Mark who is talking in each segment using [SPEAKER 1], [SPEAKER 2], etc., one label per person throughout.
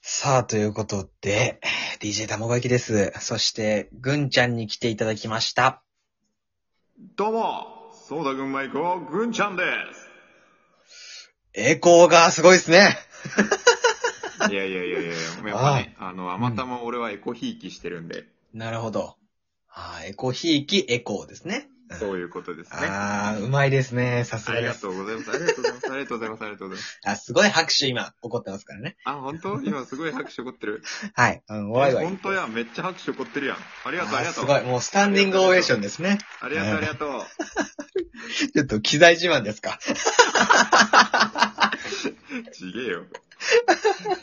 [SPEAKER 1] さあ、ということで、DJ 玉子焼きです。そして、ぐんちゃんに来ていただきました。
[SPEAKER 2] どうも、ソーダ軍マイクをぐんちゃんで
[SPEAKER 1] 栄光がすごいですね。
[SPEAKER 2] す。いやいやいやいや、やっぱね、あの、あまたま俺はエコひいきしてるんで、
[SPEAKER 1] なるほど。あーエコひいき、エコーですね。
[SPEAKER 2] そういうことですね。あ
[SPEAKER 1] ああ、うまいですね。さすが
[SPEAKER 2] り
[SPEAKER 1] で
[SPEAKER 2] が
[SPEAKER 1] す。
[SPEAKER 2] とうございます。ありがとうございます。ありがとうございます。ありがとうございます。
[SPEAKER 1] あ、すごい拍手今、起こってますからね。
[SPEAKER 2] あ、本当今すごい拍手起こってる。
[SPEAKER 1] はい。うん、ワイワイ。
[SPEAKER 2] 本当や、めっちゃ拍手起こってるやん。ありがとう、あ
[SPEAKER 1] あ
[SPEAKER 2] り
[SPEAKER 1] ー
[SPEAKER 2] がと
[SPEAKER 1] す
[SPEAKER 2] う。
[SPEAKER 1] ごい。もうスタンディングオベーションですね。
[SPEAKER 2] ありがとう、ありがとう。
[SPEAKER 1] ちょっと機材自慢ですか。
[SPEAKER 2] ちげえよ。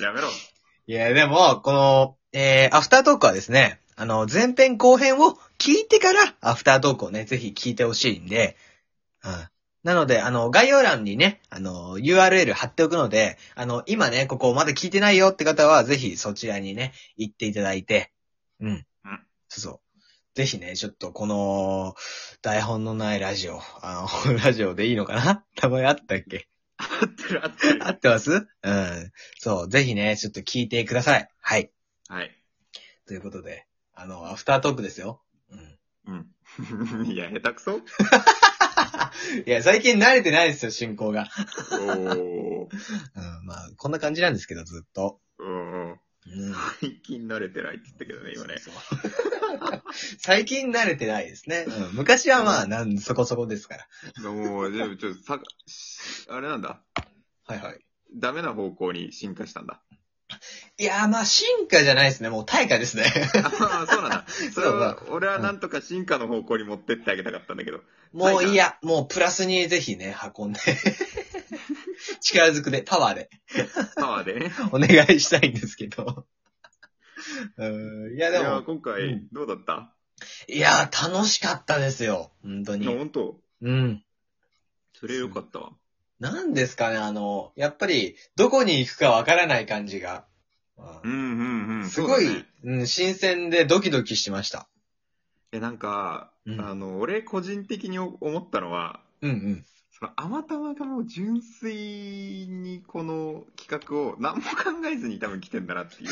[SPEAKER 2] やめろ。
[SPEAKER 1] いや、でも、この、えー、アフタートークはですね、あの、前編後編を聞いてから、アフタートークをね、ぜひ聞いてほしいんで、うん。なので、あの、概要欄にね、あの、URL 貼っておくので、あの、今ね、ここまだ聞いてないよって方は、ぜひそちらにね、行っていただいて、うん。そうそう。ぜひね、ちょっとこの、台本のないラジオ、あの、 ラジオでいいのかな名前あったっけ
[SPEAKER 2] 合ってる、合ってる
[SPEAKER 1] 合。ってますうん。そう、ぜひね、ちょっと聞いてください。はい。
[SPEAKER 2] はい。
[SPEAKER 1] ということで、あの、アフタートークですよ。うん。
[SPEAKER 2] うん。 いや、下手くそ
[SPEAKER 1] いや、最近慣れてないですよ、進行が。
[SPEAKER 2] おー。
[SPEAKER 1] うん、まあ、こんな感じなんですけど、ずっと。
[SPEAKER 2] うん。
[SPEAKER 1] うん。
[SPEAKER 2] 最近慣れてないって言ったけどね、今ね。
[SPEAKER 1] そうそう最近慣れてないですね。うん、昔はまあ、なん、そこそこですから。
[SPEAKER 2] もう、でもちょっとさ、しあれなんだ。
[SPEAKER 1] はいはい。
[SPEAKER 2] ダメな方向に進化した んだ。
[SPEAKER 1] いやー、まあ、進化じゃないですね。もう退化ですね。
[SPEAKER 2] ああ、そうなんだ。それは
[SPEAKER 1] そ、
[SPEAKER 2] 俺はなんとか進化の方向に持ってってあげたかったんだけど。
[SPEAKER 1] もういいや、もうプラスにぜひね、運んで。 力ずくで、パワーで。
[SPEAKER 2] パワーでね。
[SPEAKER 1] お願いしたいんですけど。うんいや、
[SPEAKER 2] い
[SPEAKER 1] で
[SPEAKER 2] や、
[SPEAKER 1] も、
[SPEAKER 2] 今
[SPEAKER 1] う
[SPEAKER 2] 回
[SPEAKER 1] ん、
[SPEAKER 2] どうだった、
[SPEAKER 1] いや、楽しかったですよ。本当
[SPEAKER 2] いや、
[SPEAKER 1] に。
[SPEAKER 2] 本当
[SPEAKER 1] うん。
[SPEAKER 2] それよかったわ。
[SPEAKER 1] なんですかね、あの、やっぱり、どこに行くかわからない感じが。
[SPEAKER 2] うんうんうん。
[SPEAKER 1] すごい、
[SPEAKER 2] そうだね
[SPEAKER 1] うん、新鮮でドキドキしました。
[SPEAKER 2] いや、なんか、
[SPEAKER 1] うん
[SPEAKER 2] あの、俺個人的に思ったのは、
[SPEAKER 1] うんうん。
[SPEAKER 2] その、あまたまがもう純粋にこの企画を何も考えずに多分来てんだなっていう。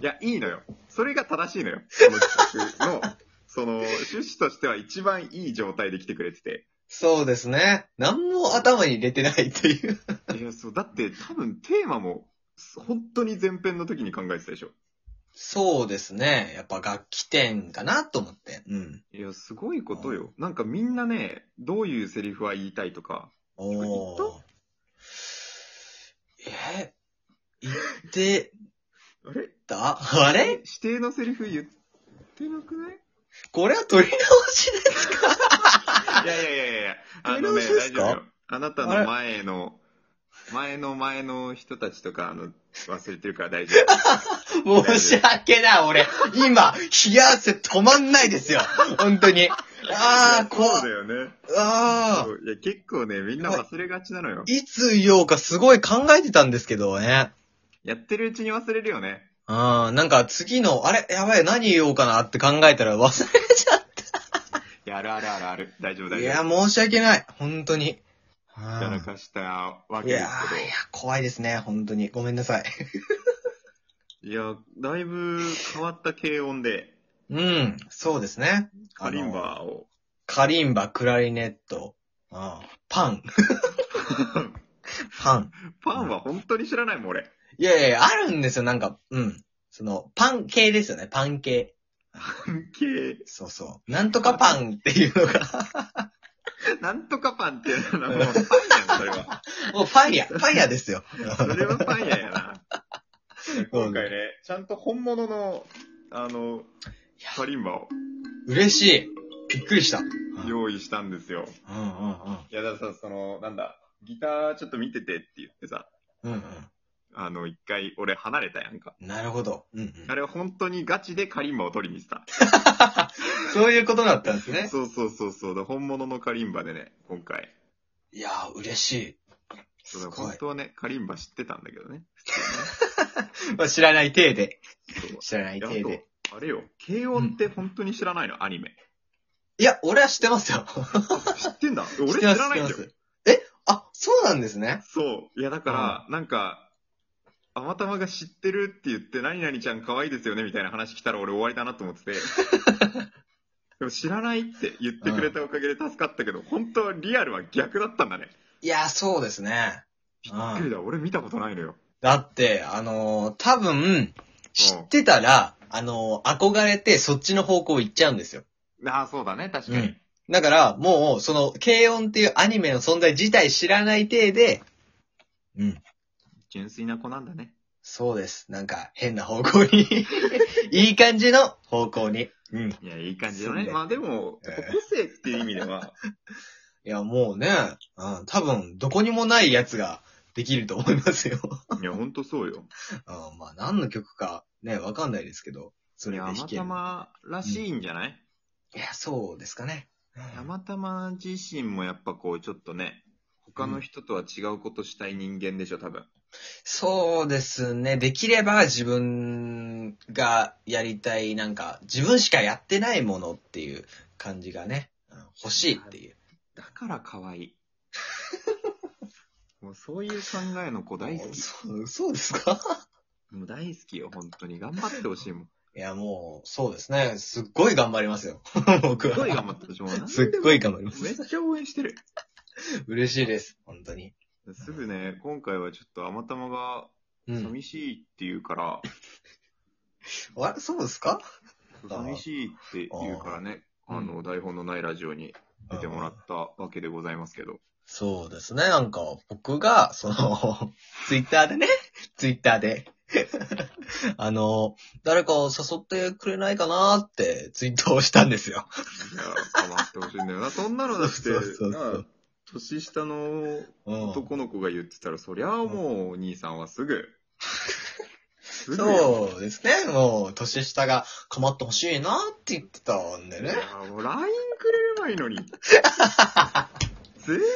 [SPEAKER 2] いや、いいのよ。それが正しいのよ。この企画の、その、趣旨としては一番いい状態で来てくれてて。
[SPEAKER 1] そうですね。何も頭に入れてないっていう。
[SPEAKER 2] いや、そう、だって多分テーマも、本当に前編の時に考えてたでしょ。
[SPEAKER 1] そうですね。やっぱ楽器店かなと思って。うん。
[SPEAKER 2] いや、すごいことよ。なんかみんなね、どういうセリフは言いたいとか、
[SPEAKER 1] お
[SPEAKER 2] 行
[SPEAKER 1] ー。え行って
[SPEAKER 2] あれ
[SPEAKER 1] たあれ
[SPEAKER 2] 指定のセリフ言ってなくない
[SPEAKER 1] これは取り直しで。
[SPEAKER 2] いやいやいやいや、あ
[SPEAKER 1] やり
[SPEAKER 2] の
[SPEAKER 1] 直
[SPEAKER 2] ね、
[SPEAKER 1] しです
[SPEAKER 2] 大
[SPEAKER 1] か
[SPEAKER 2] 丈夫よ。あなたの前の、前の前の人たちとか、あの、忘れてるから大丈
[SPEAKER 1] 申し訳ない、俺。今、冷や汗止まんないですよ。本当に。 あー、
[SPEAKER 2] 夫。
[SPEAKER 1] 怖
[SPEAKER 2] そうだ
[SPEAKER 1] い。
[SPEAKER 2] よね。
[SPEAKER 1] あ
[SPEAKER 2] そういや、結構ね、みんな忘れがちなのよ
[SPEAKER 1] ー。。いつ言おうかすごい考えてたんですけどね。
[SPEAKER 2] やってるうちに忘れるよね。
[SPEAKER 1] あー、なんか次の、あれ、やばい、何言おうかなって考えたら忘れちゃっ
[SPEAKER 2] いや、あるあるあるある。大丈夫
[SPEAKER 1] た。
[SPEAKER 2] 大
[SPEAKER 1] い
[SPEAKER 2] 丈
[SPEAKER 1] や、
[SPEAKER 2] 夫。
[SPEAKER 1] 申し訳ない。本当に。あ
[SPEAKER 2] や
[SPEAKER 1] ー
[SPEAKER 2] らかしたわ
[SPEAKER 1] いや
[SPEAKER 2] け
[SPEAKER 1] ーい
[SPEAKER 2] で
[SPEAKER 1] や
[SPEAKER 2] す、
[SPEAKER 1] 怖いですね、本当に。ごめんなさい。
[SPEAKER 2] けど。いや、だいぶ変わった軽音で、
[SPEAKER 1] うん、そうですね。
[SPEAKER 2] カリン
[SPEAKER 1] あの。
[SPEAKER 2] バーを。
[SPEAKER 1] カリンバ、クラリネット、あーパ ン。パン。
[SPEAKER 2] パンは本当に知らないもん、 俺。
[SPEAKER 1] いやいや、あるんですよ、なんか、うん。その、パン系ですよね、パン系。
[SPEAKER 2] 関係。
[SPEAKER 1] そうそう。なんとかパンっていうのが、
[SPEAKER 2] なんとかパンってい うのはもうパンやん、それは。
[SPEAKER 1] もうパン屋、パン屋です よ。
[SPEAKER 2] それはパン屋や な。今回ね、ちゃんと本物の、あの、カリンバを
[SPEAKER 1] 嬉しい。びっくりした。うんうん
[SPEAKER 2] 用意したんですよ。
[SPEAKER 1] うん。
[SPEAKER 2] いや、だからさ、その、なんだ、ギターちょっと見ててって言ってさ、
[SPEAKER 1] うん
[SPEAKER 2] あの、一回俺離れたやんか。
[SPEAKER 1] うん。なるほど。うんうん。
[SPEAKER 2] あれは本当にガチでカリンバを取りに行って
[SPEAKER 1] そういうことだったんです
[SPEAKER 2] た。
[SPEAKER 1] ね。
[SPEAKER 2] そうそうそうそう。だ本物のカリンバでね、今回。
[SPEAKER 1] いやー、嬉しい。
[SPEAKER 2] そ
[SPEAKER 1] す
[SPEAKER 2] うだ
[SPEAKER 1] ご
[SPEAKER 2] 本
[SPEAKER 1] い。
[SPEAKER 2] 当はね、カリンバ知ってたんだけどね。
[SPEAKER 1] まあ、知らない体で。
[SPEAKER 2] そう
[SPEAKER 1] 知らない
[SPEAKER 2] いや
[SPEAKER 1] 体で。
[SPEAKER 2] あと、あれよ、軽音って本当に知らないの、アニメ。
[SPEAKER 1] いや、俺は知ってますよ。
[SPEAKER 2] 知ってんだ
[SPEAKER 1] 知
[SPEAKER 2] 俺
[SPEAKER 1] っ
[SPEAKER 2] 知
[SPEAKER 1] てます、
[SPEAKER 2] らないんだ
[SPEAKER 1] 知
[SPEAKER 2] よ
[SPEAKER 1] って。ますえあ、そうなんですね。
[SPEAKER 2] そう。いや、だから、なんか、あまたまが知ってるって言って、何々ちゃん可愛いですよねみたいな話来たら俺終わりだなと思 ってて。でも知らないって言ってくれたおかげで助かったけど、本当はリアルは逆だったんだね。
[SPEAKER 1] いや、そうですね。
[SPEAKER 2] びっくりだ。俺見たことないのよ。
[SPEAKER 1] だって、あのー多分、知ってたら、あのー憧れてそっちの方向行っちゃうんですよ。
[SPEAKER 2] ああ、そうだね。確
[SPEAKER 1] かに。だから、もう、その、軽音っていうアニメの存在自体知らない体で、うん。
[SPEAKER 2] 純粋な子なんだね。
[SPEAKER 1] そうです。なんか、変な方向に。 いい感じの方向に。うん。い
[SPEAKER 2] いや、いい感
[SPEAKER 1] じだね
[SPEAKER 2] まあでも、
[SPEAKER 1] ええ
[SPEAKER 2] 個性っていう意味では、
[SPEAKER 1] や、もうね、うん、多分、どこにもないやつができると思いますよ。
[SPEAKER 2] いや、ほんとそう よ。
[SPEAKER 1] うん、まあ、何の曲か、ね、わかんないですけど、そ
[SPEAKER 2] い
[SPEAKER 1] れで
[SPEAKER 2] や、
[SPEAKER 1] 弾
[SPEAKER 2] ま
[SPEAKER 1] け
[SPEAKER 2] た
[SPEAKER 1] る。
[SPEAKER 2] まらしいんじゃない、
[SPEAKER 1] いや、そうですかね。うん
[SPEAKER 2] たまたま自身もやっぱこう、ちょっとね、他の人とは違うことしたい人間でしょ、多分。
[SPEAKER 1] そうですね。できれば自分がやりたい、なんか、自分しかやってないものっていう感じがね、うん欲しいっていう。
[SPEAKER 2] だから可 愛い。もうそういう考えの子大好 き。
[SPEAKER 1] そうそうですか
[SPEAKER 2] もう大好きよ、本当に。頑張ってほしいもん。
[SPEAKER 1] いや、もう、そうですね。すっごい頑張りますよ。 僕
[SPEAKER 2] す
[SPEAKER 1] は。
[SPEAKER 2] っごい頑張ってほしい。もう何でも
[SPEAKER 1] すっごい頑張ります
[SPEAKER 2] めっちゃ応援してる。
[SPEAKER 1] 嬉しいです。本当に。
[SPEAKER 2] すぐね、今回はちょっとあまたまが
[SPEAKER 1] うん。
[SPEAKER 2] 寂しいって言うから、
[SPEAKER 1] あれそうですかあー
[SPEAKER 2] 寂しいって言うからね、
[SPEAKER 1] あー
[SPEAKER 2] あの、台本のないラジオに出てもらったわけでございますけど。
[SPEAKER 1] そうですね。なんか、僕が、その、 ツイッターでね、ツイッターで、 あの、誰かを誘ってくれないかなってツイートをしたんですよ。
[SPEAKER 2] いや、頑張ってほしいんだよな。そんなのだって、
[SPEAKER 1] そうそうそうそう
[SPEAKER 2] なあ年下の
[SPEAKER 1] うん。
[SPEAKER 2] 男の子が言ってたら、そりゃあもう、兄さんはすぐ。すぐよ
[SPEAKER 1] そうですね。もう、年下が構ってほしいなって言ってたんで
[SPEAKER 2] い
[SPEAKER 1] ね。
[SPEAKER 2] やもう LINE くれればいいのに。全然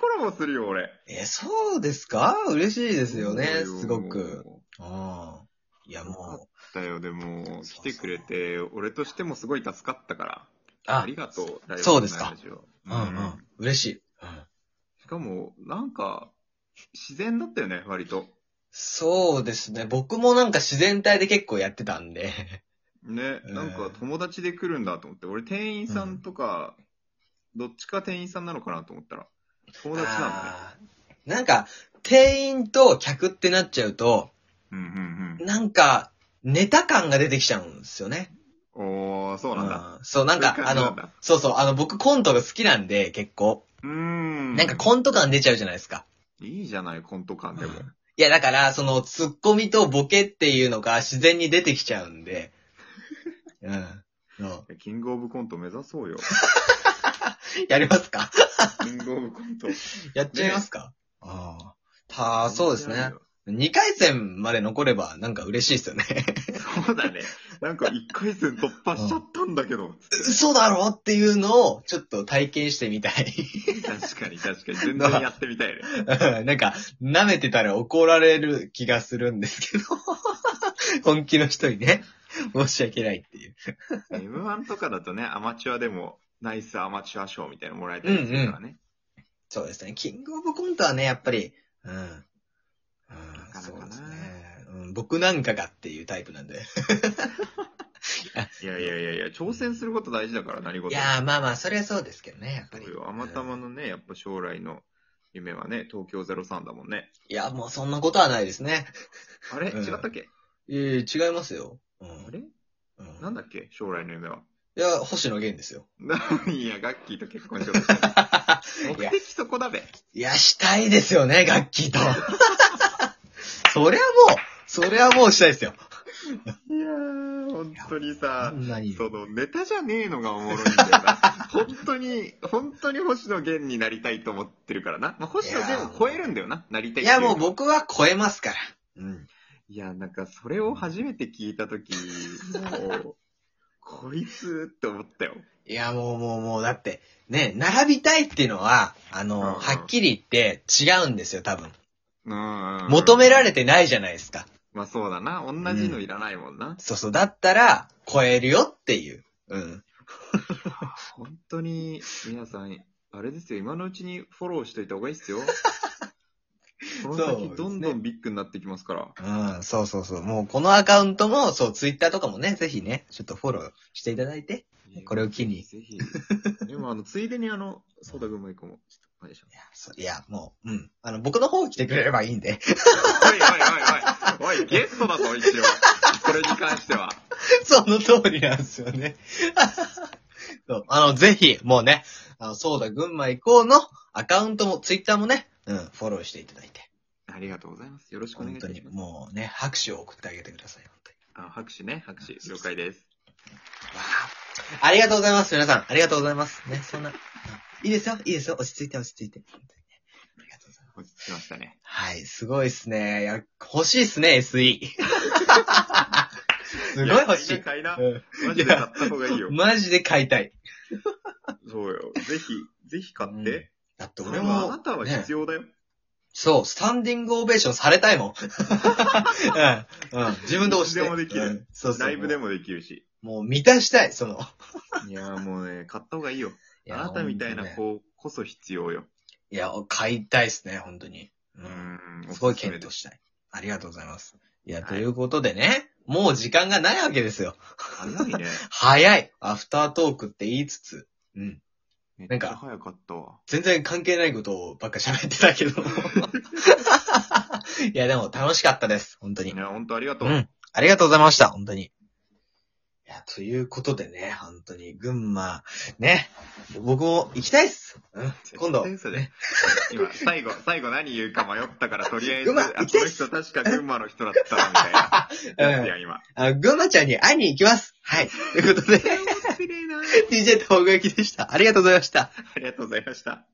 [SPEAKER 2] コラボするよ、俺。
[SPEAKER 1] え、そうですか嬉しいですよね、
[SPEAKER 2] そう
[SPEAKER 1] すごく。。うん。いや、も
[SPEAKER 2] だよ、でも、来
[SPEAKER 1] そう
[SPEAKER 2] てくれて、俺としてもすごい助かったから。
[SPEAKER 1] う、
[SPEAKER 2] あ
[SPEAKER 1] あ、
[SPEAKER 2] りがとう、台
[SPEAKER 1] そうで
[SPEAKER 2] 本の
[SPEAKER 1] す
[SPEAKER 2] ない
[SPEAKER 1] か
[SPEAKER 2] ラジオ。
[SPEAKER 1] うんうん。嬉しい。うん。
[SPEAKER 2] しかも、なんか、自然だったよね、割と。
[SPEAKER 1] そうですね。僕もなんか自然体で結構やってたんで。
[SPEAKER 2] ね、
[SPEAKER 1] えー
[SPEAKER 2] なんか友達で来るんだと思って、俺店員さんとか、どっちか店員さんなのかなと思ったら、友達な
[SPEAKER 1] あーなんか、店員と客ってなっちゃうと、
[SPEAKER 2] のね。うんうん
[SPEAKER 1] なんか、ネタ感が出てきちゃうんですよね。
[SPEAKER 2] うん。おー、そうなんだ。
[SPEAKER 1] うんそう、なんか
[SPEAKER 2] そういう、
[SPEAKER 1] あ
[SPEAKER 2] 感じなん
[SPEAKER 1] の
[SPEAKER 2] だ、
[SPEAKER 1] そうそう、あの、僕コントが好きなんで、結構。
[SPEAKER 2] うーん。
[SPEAKER 1] なんかコント感出ちゃうじゃないですか。
[SPEAKER 2] いいじゃない、コント感でも。
[SPEAKER 1] いや、だから、その、ツッコミとボケっていうのが自然に出てきちゃうん で。うん。そう
[SPEAKER 2] キングオブコント目指そう よ。
[SPEAKER 1] やります か
[SPEAKER 2] キングオブコント。
[SPEAKER 1] やっちゃいますか、ああ。たそうですね。。2回戦まで残れば、なんか嬉しいですよね。
[SPEAKER 2] そうだね。なんか一回戦突破しちゃったんだけど。
[SPEAKER 1] 嘘だろっていうのをちょっと体験してみたい。
[SPEAKER 2] 確かに確かに。全然やってみたいね。
[SPEAKER 1] なんか、舐めてたら怒られる気がするんですけど。 本気の人にね、申し訳ないっていう。
[SPEAKER 2] M1 とかだとね、アマチュアでも、ナイスアマチュア賞みたいなのもらえたりするからね。
[SPEAKER 1] そうですね。キングオブコントはね、やっぱり、うん。うん
[SPEAKER 2] かなかな
[SPEAKER 1] そうですね、うん。僕なんかがっていうタイプなんで。
[SPEAKER 2] いやいやいやいや、挑戦すること大事だから、何
[SPEAKER 1] い
[SPEAKER 2] 事も。
[SPEAKER 1] やー、まあまあ、それはそうですけどね、やっぱり
[SPEAKER 2] そう。よ。あまたまのね、やっぱ将来の夢はね、東京03だもんね。
[SPEAKER 1] いや、もうそんなことはないですね。
[SPEAKER 2] あれ
[SPEAKER 1] うん
[SPEAKER 2] 違ったっけ、
[SPEAKER 1] いやいや違いますよ。うん。
[SPEAKER 2] あれ
[SPEAKER 1] うん
[SPEAKER 2] なんだっけ将来の 夢は。
[SPEAKER 1] いや、星野源ですよ。
[SPEAKER 2] いや、ガッキーと結婚しようとした。
[SPEAKER 1] い
[SPEAKER 2] 目
[SPEAKER 1] や
[SPEAKER 2] 的そこだべ。
[SPEAKER 1] いや、したいですよね、ガッキーと。そりゃもう、そりゃもうしたいですよ。
[SPEAKER 2] いやー、本当に
[SPEAKER 1] あ
[SPEAKER 2] さ、
[SPEAKER 1] んなに。
[SPEAKER 2] そのネタじゃねえのがおもろいんだよ な。本当に、本当に星野源になりたいと思ってるからな。まあ、星野源を超えるんだよな。なりた
[SPEAKER 1] い
[SPEAKER 2] いってい
[SPEAKER 1] や、
[SPEAKER 2] うのは
[SPEAKER 1] もう僕は超えますから。うん。
[SPEAKER 2] いや、なんかそれを初めて聞いたとき、もう、こいつって思ったよ。
[SPEAKER 1] いや、もうもうもう、だって、ね、並びたいっていうのは、あの、
[SPEAKER 2] うんうん
[SPEAKER 1] はっきり言って違うんですよ、多分。
[SPEAKER 2] うん。
[SPEAKER 1] 求めら
[SPEAKER 2] れ
[SPEAKER 1] れてないじゃないですか。
[SPEAKER 2] まあそうだな。同じのいらないもんな。
[SPEAKER 1] そうそう、だったら、超えるよっていう。うん。
[SPEAKER 2] 本 当に、皆さん、あれですよ。今のうちにフォローしといた方がいいっすよ。こ
[SPEAKER 1] そ
[SPEAKER 2] の
[SPEAKER 1] うです
[SPEAKER 2] 先
[SPEAKER 1] ね
[SPEAKER 2] どんどんビッグになってきますから。
[SPEAKER 1] うん、そうそうそう。もうこのアカウントも、そう、ツイッターとかもね、ぜひね、ちょっとフォローしていただいて。これを機に
[SPEAKER 2] ぜひ。でも、あの、ついでにあの、ソーダ群馬行こうも、ちょっとお願いします
[SPEAKER 1] いや、そういやもう、うん。あの、僕の方来てくれればいいんで。
[SPEAKER 2] おいおいおいおい、おい、ゲストだぞ、一応。これに関しては。
[SPEAKER 1] その通りなんですよね。 そうあの、ぜひ、もうね、あの、そうだ、群馬行こうのアカウントも、ツイッターもね、うん、フォローしていただいて。
[SPEAKER 2] ありがとうございます。よろしくお願
[SPEAKER 1] 本
[SPEAKER 2] いい
[SPEAKER 1] 当
[SPEAKER 2] た
[SPEAKER 1] に、
[SPEAKER 2] します。
[SPEAKER 1] もうね、拍手を送ってあげてください、本当に。
[SPEAKER 2] あ拍手ね、拍手。了解です。
[SPEAKER 1] わあありがとうございます、皆さん。ありがとうございます。ね、そんな、うんいいですよ、いいですよ、落ち着いて、落ち着いて。本当にねありがとうございます。
[SPEAKER 2] 落ち着きましたね。
[SPEAKER 1] はい、すごいっすね。いや、欲しいっすね、SE。すごい欲しい。
[SPEAKER 2] 買いな。
[SPEAKER 1] う
[SPEAKER 2] マジで買った方がいいよ
[SPEAKER 1] ん。マジで買いたい。
[SPEAKER 2] そうよ。ぜひ、ぜひ買っ
[SPEAKER 1] うん
[SPEAKER 2] て。
[SPEAKER 1] だって
[SPEAKER 2] そ
[SPEAKER 1] 俺
[SPEAKER 2] れはあ
[SPEAKER 1] も
[SPEAKER 2] な、たは必要だよ。
[SPEAKER 1] そう、スタンディングオベーションされたいもん。 うん、うん、自分で押して。
[SPEAKER 2] いつでもできる
[SPEAKER 1] うんそうそう。
[SPEAKER 2] ライブでもできるし。
[SPEAKER 1] もう。もう満たしたい、その。
[SPEAKER 2] いやーもうね、買った方がいいよ。
[SPEAKER 1] い
[SPEAKER 2] あ
[SPEAKER 1] や
[SPEAKER 2] なたみたいな
[SPEAKER 1] ほんとね
[SPEAKER 2] 子こそ必要よ。
[SPEAKER 1] いや、買いたいっすね、本当に。
[SPEAKER 2] う
[SPEAKER 1] うん。
[SPEAKER 2] ん。
[SPEAKER 1] すごい
[SPEAKER 2] おすすめ
[SPEAKER 1] 検
[SPEAKER 2] で
[SPEAKER 1] 討
[SPEAKER 2] す
[SPEAKER 1] したい。ありがとうございます。いや、
[SPEAKER 2] はい
[SPEAKER 1] ということでね、もう時間がないわけですよ。
[SPEAKER 2] 早いね。
[SPEAKER 1] 早いアフタートークって言いつつ、うん。
[SPEAKER 2] め
[SPEAKER 1] なん
[SPEAKER 2] っち
[SPEAKER 1] か
[SPEAKER 2] ゃ早かったわ。
[SPEAKER 1] 全然関係ないことをばっか喋ってたけ ど。いや、でも楽しかったです。本当
[SPEAKER 2] い
[SPEAKER 1] に。
[SPEAKER 2] や、本当ありがと
[SPEAKER 1] う
[SPEAKER 2] う。
[SPEAKER 1] ん。ありがとうございました。本当に。いや、ということでね、本当に、群馬、ね、僕も行きたいっす。うん。今度。
[SPEAKER 2] 絶対嘘だよ今、最後、最後何言うか迷っ たから、とりあえず、
[SPEAKER 1] 群馬
[SPEAKER 2] あ、こ
[SPEAKER 1] 行きたい
[SPEAKER 2] の
[SPEAKER 1] っす
[SPEAKER 2] 人確か群馬の人だったな、みたい な。
[SPEAKER 1] う
[SPEAKER 2] やつ
[SPEAKER 1] ん。
[SPEAKER 2] や、今。
[SPEAKER 1] あの群馬ちゃんに会いに行きます。はい。ということで、
[SPEAKER 2] な
[SPEAKER 1] DJ とほぐやきでした。ありがとうございました。
[SPEAKER 2] ありがとうございました。